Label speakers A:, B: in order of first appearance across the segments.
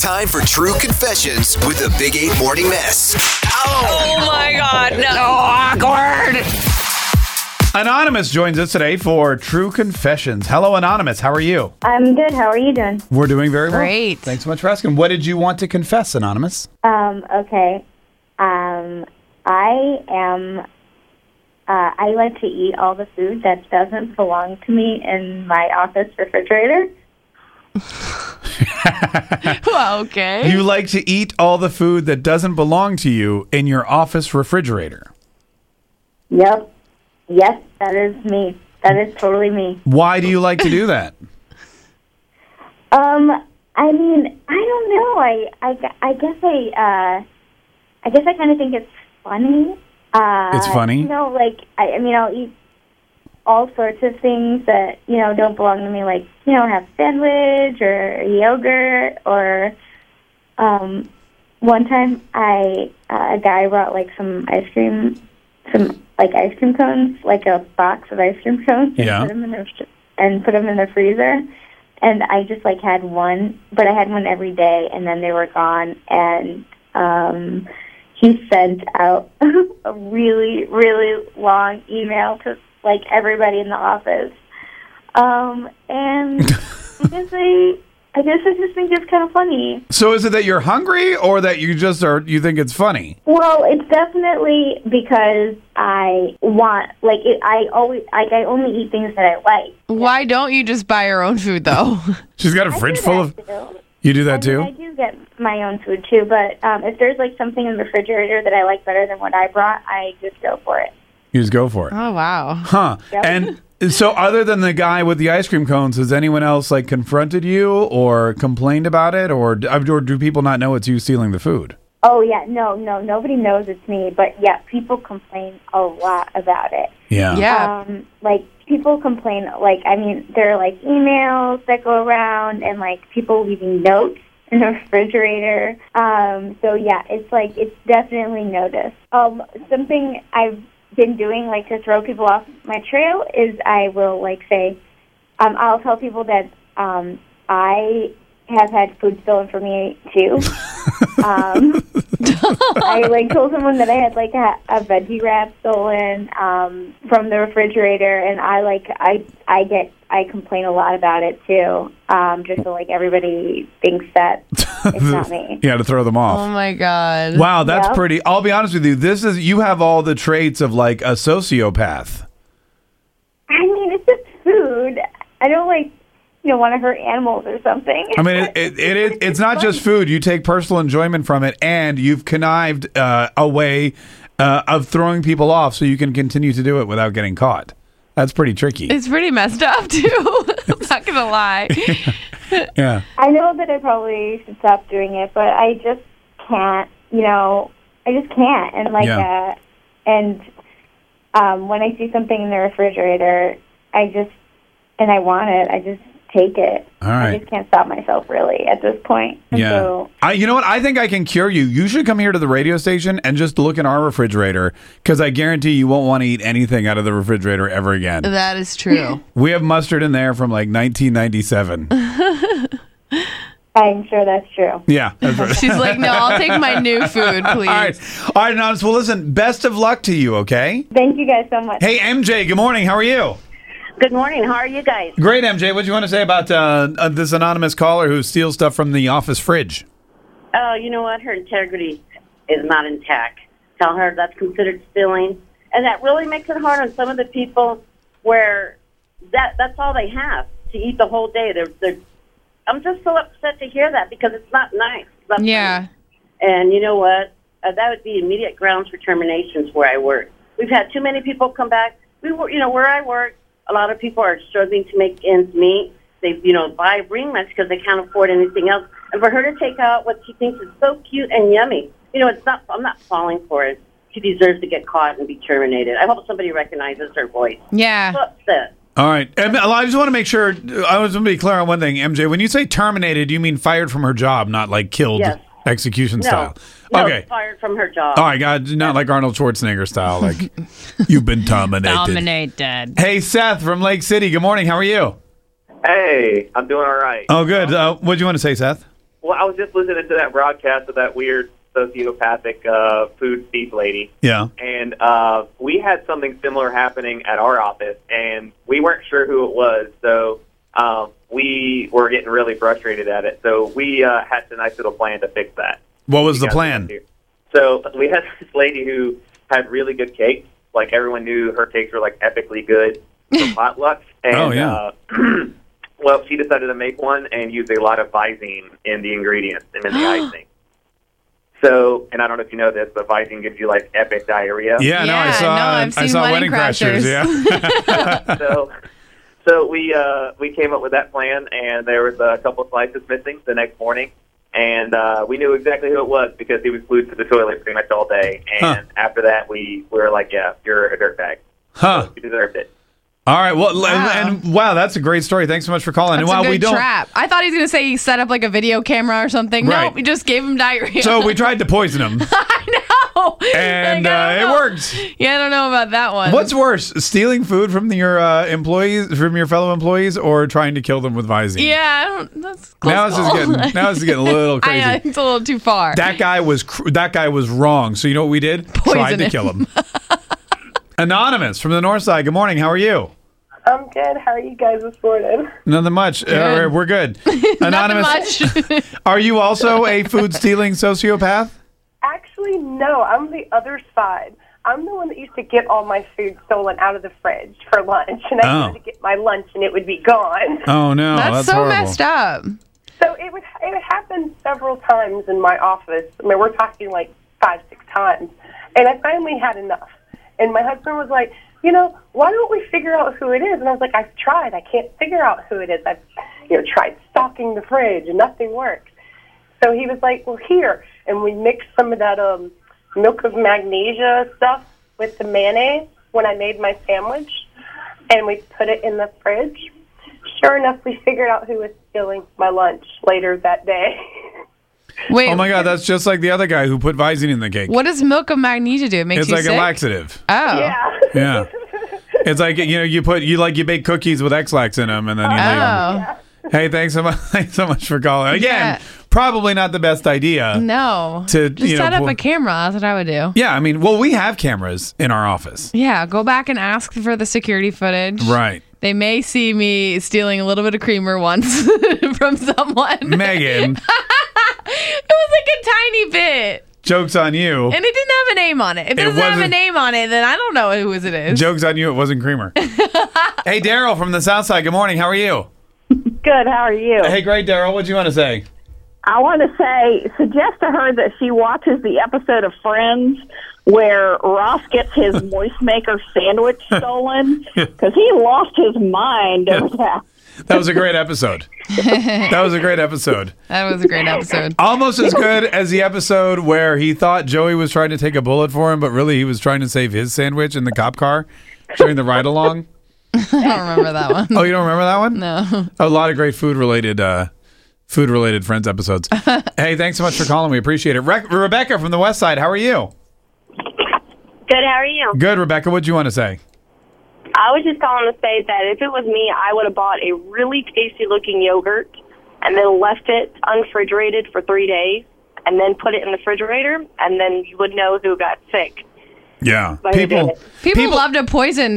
A: time for True Confessions with the Big 8 Morning Mess. Ow!
B: Oh my God, no.
C: awkward.
D: Anonymous joins us today for True Confessions. Hello, Anonymous. How are you?
E: I'm good. How are you doing?
D: We're doing very well.
C: Great.
D: Thanks so much for asking. What did you want to confess, Anonymous?
E: Um, okay. Um, I am. Uh, I like to eat all the food that doesn't belong to me in my office refrigerator.
B: Well, okay.
D: You like to eat all the food that doesn't belong to you in your office refrigerator.
E: Yep. Yes, that is me. That is totally me.
D: Why do you like to do that?
E: Um, I mean, I don't know. I, I, I guess I, uh, I guess I kind of think it's funny. Uh,
D: It's funny?
E: You know, like I, I mean, I'll eat all sorts of things that you know don't belong to me. Like you know, have sandwich or yogurt or. Um, one time, I uh, a guy brought like some ice cream, some like ice cream cones, like a box of ice cream cones,
D: Yeah.
E: and put them in the fr- and put 'em in the freezer. And I just like had one, but I had one every day, and then they were gone. And um, he sent out a really, really long email to like everybody in the office. Um, and I guess I, I guess I just think it's kind of funny.
D: So is it that you're hungry or that you just are you think it's funny?
E: Well, it's definitely because I want like it, I always like I only eat things that I like.
B: Why don't you just buy your own food though?
D: She's got a
E: I
D: fridge
E: do
D: full
E: that
D: of
E: too.
D: You do that
E: I mean, I
D: too?
E: do get my own food too, but um, if there's like something in the refrigerator that I like better than what I brought, I just go for it.
D: You just go
E: Uh-huh.
D: for it.
B: Oh wow.
D: Huh. And so other than the guy with the ice cream cones, has anyone else like confronted you or complained about it or or do people not know it's you stealing the food?
E: Oh yeah, no, no, nobody knows it's me, but yeah, people complain a lot about it.
D: Yeah.
B: Yeah.
E: um, like people complain like i mean there are like emails that go around and like people leaving notes in the refrigerator um, so yeah it's like it's definitely noticed um, something i've been doing like to throw people off my trail is i will like say um, i'll tell people that um, i have had food stolen from me too um, I like told someone that I had like a, a veggie wrap stolen um, from the refrigerator, and I like I I get I complain a lot about it too, um, just so like everybody thinks that it's not me.
D: Yeah, to throw them off.
B: Oh my God.
D: Wow, that's
E: Yeah.
D: pretty. I'll be honest with you. This is you have all the traits of like a sociopath.
E: I mean, it's just food. I don't like you know want to hurt animals or something.
D: I mean, it, it, it, it it's not just food. You take personal enjoyment from it, and you've connived uh, a way uh, of throwing people off so you can continue to do it without getting caught. That's pretty tricky.
B: It's pretty messed up too. I'm not gonna lie.
D: yeah,
E: I know that I probably should stop doing it, but I just can't. You know, I just can't. And like,
D: Yeah.
E: uh, and um, when I see something in the refrigerator, I just and I want it. I just take it.
D: All
E: I
D: right.
E: just can't stop myself really at this point. And
D: yeah.
E: So,
D: I, you know what? I think I can cure you. You should come here to the radio station and just look in our refrigerator because I guarantee you won't want to eat anything out of the refrigerator ever again.
B: that is true.
D: We have mustard in there from like 1997.
E: I'm sure that's true.
D: yeah, that's right.
B: She's like, no, I'll take my new food, please.
D: All right. All right, Anonymous. Well, listen, best of luck to you, okay?
E: Thank you guys so much.
D: Hey, MJ, good morning. How are you?
F: Good morning. How are you guys?
D: Great, MJ. What do you want to say about uh, uh, this anonymous caller who steals stuff from the office fridge?
F: Oh, you know what? Her integrity is not intact. Tell her that's considered stealing, and that really makes it hard on some of the people where that that's all they have to eat the whole day. They're, they're I'm just so upset to hear that because it's not nice. It's not
B: Yeah.
F: nice. And you know what? Uh, that would be immediate grounds for terminations where I work. We've had too many people come back. We were, you know, where I work, a lot of people are struggling to make ends meet. They, you know, buy ring lights because they can't afford anything else. And for her to take out what she thinks is so cute and yummy, you know, it's not. I'm not falling for it. She deserves to get caught and be terminated. I hope somebody recognizes her voice.
B: Yeah.
F: So upset.
D: All right. Em- I just want to make sure, I just want to be clear on one thing, MJ. When you say terminated, you mean fired from her job, not like killed
F: Yes.
D: execution
F: No,
D: style.
F: no,
D: okay.
F: fired from her job.
D: All right, God, not like Arnold Schwarzenegger style. Like, you've been terminated.
B: Dominated.
D: Hey, Seth from Lake City. Good morning. How are you?
G: Hey, I'm doing all right.
D: Oh, good. Uh, what do you want to say, Seth?
C: Well, I was just listening to that broadcast of that weird sociopathic uh, food thief lady,
D: Yeah.
C: and uh, we had something similar happening at our office, and we weren't sure who it was, so um, we were getting really frustrated at it. So we uh, had a nice little plan to fix that.
D: What was the
C: Yeah,
D: plan?
C: thank you. So we had this lady who had really good cakes. Like everyone knew her cakes were like epically good for potlucks. And,
D: Oh, yeah.
C: Uh, well, she decided to make one and use a lot of Visine in the ingredients and in the icing. So, and I don't know if you know this, but Visine gives you like epic diarrhea.
D: Yeah, no, I
B: Yeah,
D: saw
B: no, I've
D: I
B: seen
D: saw Wedding
B: Wedding
D: Crashers.
B: Crashers.
D: Yeah.
C: so so we uh, we came up with that plan, and there was a couple slices missing the next morning, and uh, we knew exactly who it was because he was glued to the toilet pretty much all day. And after that, we, we were like, "Yeah, you're a dirtbag.
D: huh.
C: You deserved it."
D: All right. Well, l-
B: Wow.
D: and, and wow, that's a great story. Thanks so much for calling. and
B: That's
D: while
B: a good
D: we don't
B: trap. I thought he was gonna say he set up like a video camera or something.
D: Right.
B: Nope, we just gave him diarrhea.
D: So we tried to poison him
B: no.
D: and
B: Like, I
D: uh,
B: don't
D: it
B: know.
D: worked.
B: Yeah, I don't know about that one.
D: What's worse, stealing food from your uh, employees, from your fellow employees, or trying to kill them with Visine?
B: Yeah, I don't, that's close.
D: Now this is
B: call.
D: getting now this is getting a little
B: I uh,
D: crazy.
B: know, it's a little too far.
D: That guy was cr- that guy was wrong. So you know what we did? Tried
B: Poison
D: to
B: him.
D: kill him. Anonymous from the north side. Good morning. How are you?
G: I'm good. How are you guys this morning?
D: Nothing much. Uh, we're, we're good.
B: Nothing
D: Anonymous, Oh,
B: much.
D: are you also a food stealing sociopath?
G: Actually, no. I'm the other side. I'm the one that used to get all my food stolen out of the fridge for lunch, and I
D: Oh.
G: wanted to get my lunch, and it would be gone.
D: Oh no,
B: that's,
D: that's,
B: so
D: horrible. Oh
B: messed up.
G: So it would it would happen several times in my office. I mean, we're talking like five, six times, and I finally had enough. And my husband was like, you know, why don't we figure out who it is? And I was like, I've tried. I can't figure out who it is. I've you know tried stocking the fridge, and nothing works. So he was like, well, here, and we mixed some of that um, milk of magnesia stuff with the mayonnaise when I made my sandwich, and we put it in the fridge. Sure enough, we figured out who was stealing my lunch later that day.
B: Wait.
D: Oh my god, that's just like the other guy who put Visine in the cake.
B: What does milk of magnesia do? It makes
D: It's
B: you
D: like
B: sick.
D: a laxative.
B: oh.
G: yeah.
D: Yeah. It's like you know you put you like you bake cookies with X-Lax in them and then you
B: Oh.
D: leave 'em. Hey, thanks so much, thanks so much for calling. Again,
B: Yeah.
D: probably not the best idea.
B: No.
D: To,
B: just
D: you know,
B: set up
D: pull-
B: a camera. That's what I would do.
D: Yeah, I mean, well, we have cameras in our office,
B: Yeah, go back and ask for the security footage.
D: right?
B: They may see me stealing a little bit of creamer once from someone.
D: Megan,
B: It was like a tiny bit.
D: jokes on you.
B: And it didn't have a name on it. If it,
D: It
B: doesn't have a
D: wasn't-
B: name on it, then I don't know whose it is.
D: Jokes on you. It wasn't creamer. hey, Daryl from the South Side. Good morning. How are you?
H: Good. How are you?
D: Hey, great, Daryl. What do you want to say?
H: I want to say, suggest to her that she watches the episode of Friends where Ross gets his moist maker sandwich stolen because he lost his mind over that.
D: That was a great episode. that was a great episode.
B: That was a great episode.
D: Almost as good as the episode where he thought Joey was trying to take a bullet for him, but really he was trying to save his sandwich in the cop car during the ride along.
B: I don't remember that one.
D: Oh, you don't remember that one?
B: No.
D: A lot of great food related uh food related friends episodes. hey, thanks so much for calling. We appreciate it. Re- Rebecca from the West Side, how are you?
I: Good, how are you?
D: Good, Rebecca. What'd you want to say?
I: I was just calling to say that if it was me, I would have bought a really tasty looking yogurt and then left it unfrigerated for three days and then put it in the refrigerator and then you would know who got sick.
D: Yeah.
I: Why you
D: People
I: did it.
B: People, love to poison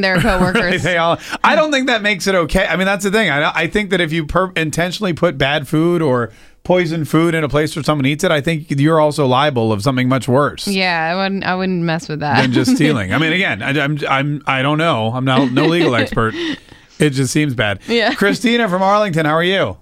B: their coworkers.
D: they all, I don't think that makes it okay. I mean, that's the thing. I, I think that if you per- intentionally put bad food or poison food in a place where someone eats it, I think you're also liable of something much worse
B: yeah, I wouldn't. I wouldn't mess with that.
D: than just stealing. I mean, again, I, I'm, I'm, I don't know. I'm not no legal expert. It just seems bad.
B: Yeah.
D: Christina from Arlington, how are you?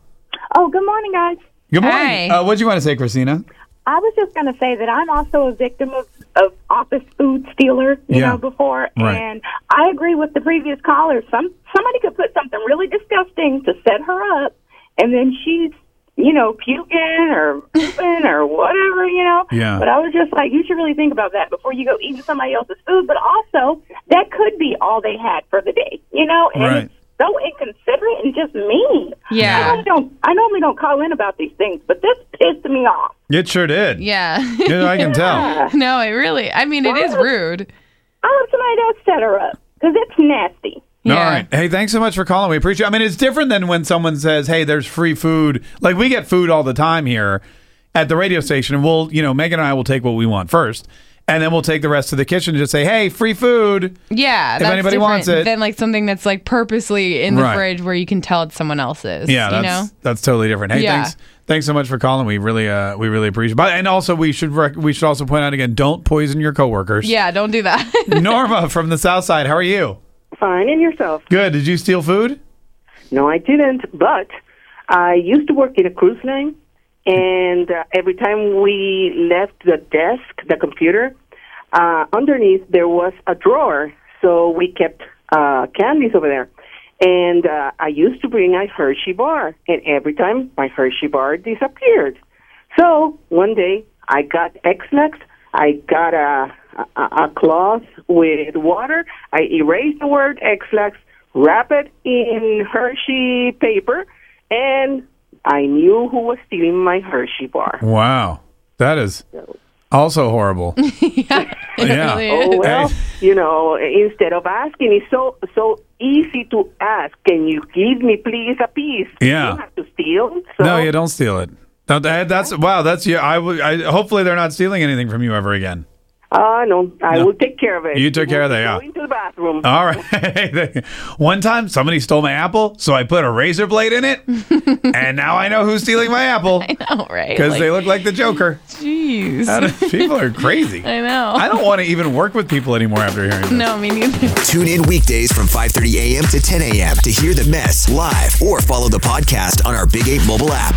J: Oh, good morning, guys.
D: Good morning.
B: Hi.
D: Uh, what do you want to say, Christina?
J: I was just going to say that I'm also a victim of, of office food stealer, you
D: Yeah.
J: know, before.
D: Right.
J: And I agree with the previous caller. Some Somebody could put something really disgusting to set her up, and then she's, you know, puking or pooping or whatever, you know.
D: Yeah.
J: But I was just like, you should really think about that before you go eating somebody else's food. But also, that could be all they had for the day, you know? And
D: Right.
J: it's so inconsiderate and just mean. I
B: yeah.
J: normally don't. I normally don't call in about these things, but this pissed me off.
D: It sure did.
B: Yeah.
D: Yeah, I can tell.
B: no, it really. I mean, it is rude.
J: Oh, I hope somebody else set her up because it's nasty.
D: All right. Hey, thanks so much for calling. We appreciate. I mean, it's different than when someone says, "Hey, there's free food." Like we get food all the time here at the radio station, and we'll, you know, Megan and I will take what we want first, and then we'll take the rest to the kitchen and just say, "Hey, free food."
B: Yeah,
D: If
B: that's
D: anybody
B: different
D: wants it-
B: than like something that's like purposely in the
D: Right.
B: fridge where you can tell it's someone else's.
D: Yeah,
B: you
D: that's
B: know.
D: that's totally different. Hey,
B: Yeah.
D: thanks, thanks so much for calling. We really, uh, we really appreciate. But and also we should rec- we should also point out again: don't poison your coworkers.
B: Yeah, don't do that.
D: Norma from the South Side, how are you?
K: Fine, and yourself?
D: Good. Did you steal food?
K: No, I didn't. But I used to work in a cruise line, and uh, every time we left the desk, the computer, uh, underneath there was a drawer, so we kept uh, candies over there. And uh, I used to bring a Hershey bar, and every time my Hershey bar disappeared. So one day I got X-Lax, I got a, a, a cloth with water, I erased the word X-Lax, wrap it in Hershey paper, and I knew who was stealing my Hershey bar.
D: Wow, that is also horrible. yeah.
K: Oh well,
D: Hey,
K: you know, instead of asking, it's so so easy to ask. Can you give me please a piece?
D: Yeah.
K: You have to steal. So
D: no, you don't steal it. No, that- that's wow. That's yeah. I, would- I hopefully they're not stealing anything from you ever again.
K: uh, no, I
D: No.
K: will take care of it.
D: You took care of that, yeah.
K: Go into the bathroom.
D: All right. One time somebody stole my apple, so I put a razor blade in it, and now I know who's stealing my apple
B: All right.
D: because
B: like,
D: they look like the Joker.
B: Jeez.
D: How do- people are crazy.
B: I know.
D: I don't want to even work with people anymore after hearing this.
B: No, me neither.
A: Tune in weekdays from 5:30 a.m. to 10 a.m. to hear the mess live or follow the podcast on our Big 8 mobile app.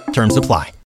L: Terms apply.